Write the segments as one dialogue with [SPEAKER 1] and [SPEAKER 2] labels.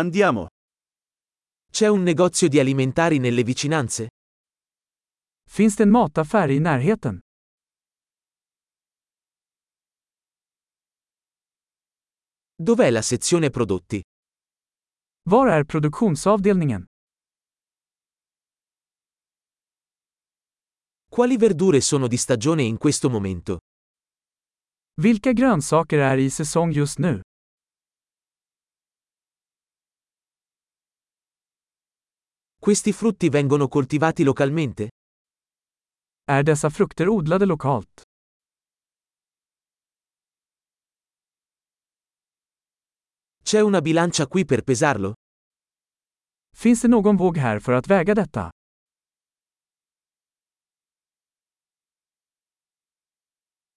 [SPEAKER 1] Andiamo.
[SPEAKER 2] C'è un negozio di alimentari nelle vicinanze?
[SPEAKER 3] Finns det en mataffär i närheten?
[SPEAKER 2] Dov'è la sezione prodotti?
[SPEAKER 3] Var är produktionsavdelningen?
[SPEAKER 2] Quali verdure sono di stagione in questo momento?
[SPEAKER 3] Vilka grönsaker är i säsong just nu?
[SPEAKER 2] Questi frutti vengono coltivati localmente?
[SPEAKER 3] Är dessa frukter odlade lokalt?
[SPEAKER 2] C'è una bilancia qui per pesarlo?
[SPEAKER 3] Finns det någon våg här för att väga detta?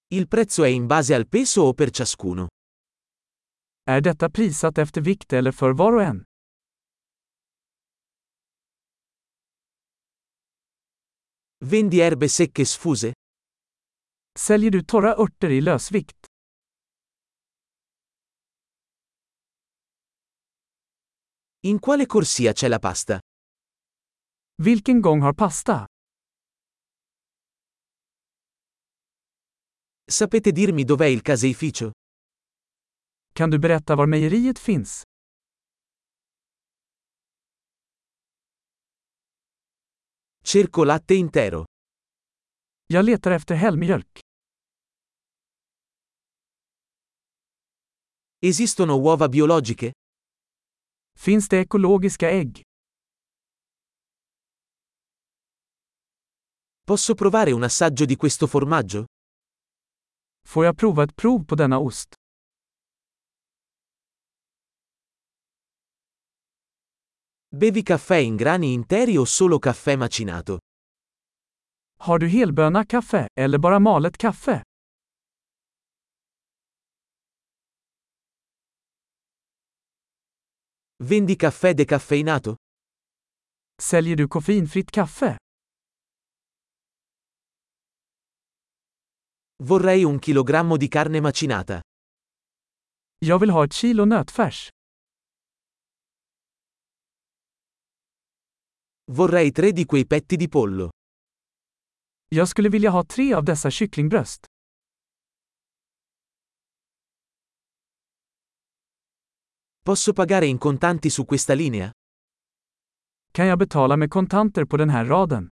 [SPEAKER 2] Il prezzo è in base al peso o per ciascuno?
[SPEAKER 3] Är detta prissatt efter vikt eller för var och en?
[SPEAKER 2] Vendi erbe secche sfuse?
[SPEAKER 3] Säljer du torra örter i lösvikt?
[SPEAKER 2] In quale corsia c'è la pasta?
[SPEAKER 3] Vilken gång har pasta?
[SPEAKER 2] Sapete dirmi dov'è il caseificio?
[SPEAKER 3] Kan du berätta var mejeriet finns?
[SPEAKER 2] Cerco latte intero.
[SPEAKER 3] Jag letar efter helmjölk.
[SPEAKER 2] Esistono uova biologiche?
[SPEAKER 3] Finns det ekologiska ägg?
[SPEAKER 2] Posso provare un assaggio di questo formaggio?
[SPEAKER 3] Får jag prova ett prov på denna ost?
[SPEAKER 2] Bevi caffè in grani interi o solo caffè macinato?
[SPEAKER 3] Har du helböna kaffe, eller bara malet kaffe?
[SPEAKER 2] Vendi caffè decaffeinato?
[SPEAKER 3] Säljer du koffeinfritt kaffe?
[SPEAKER 2] Vorrei un chilogrammo di carne macinata.
[SPEAKER 3] Jag vill ha ett kilo nötfärs.
[SPEAKER 2] Vorrei tre di quei petti di pollo.
[SPEAKER 3] Jag skulle vilja ha tre av dessa kycklingbröst.
[SPEAKER 2] Posso pagare in contanti su questa linea?
[SPEAKER 3] Kan jag betala med kontanter på den här raden?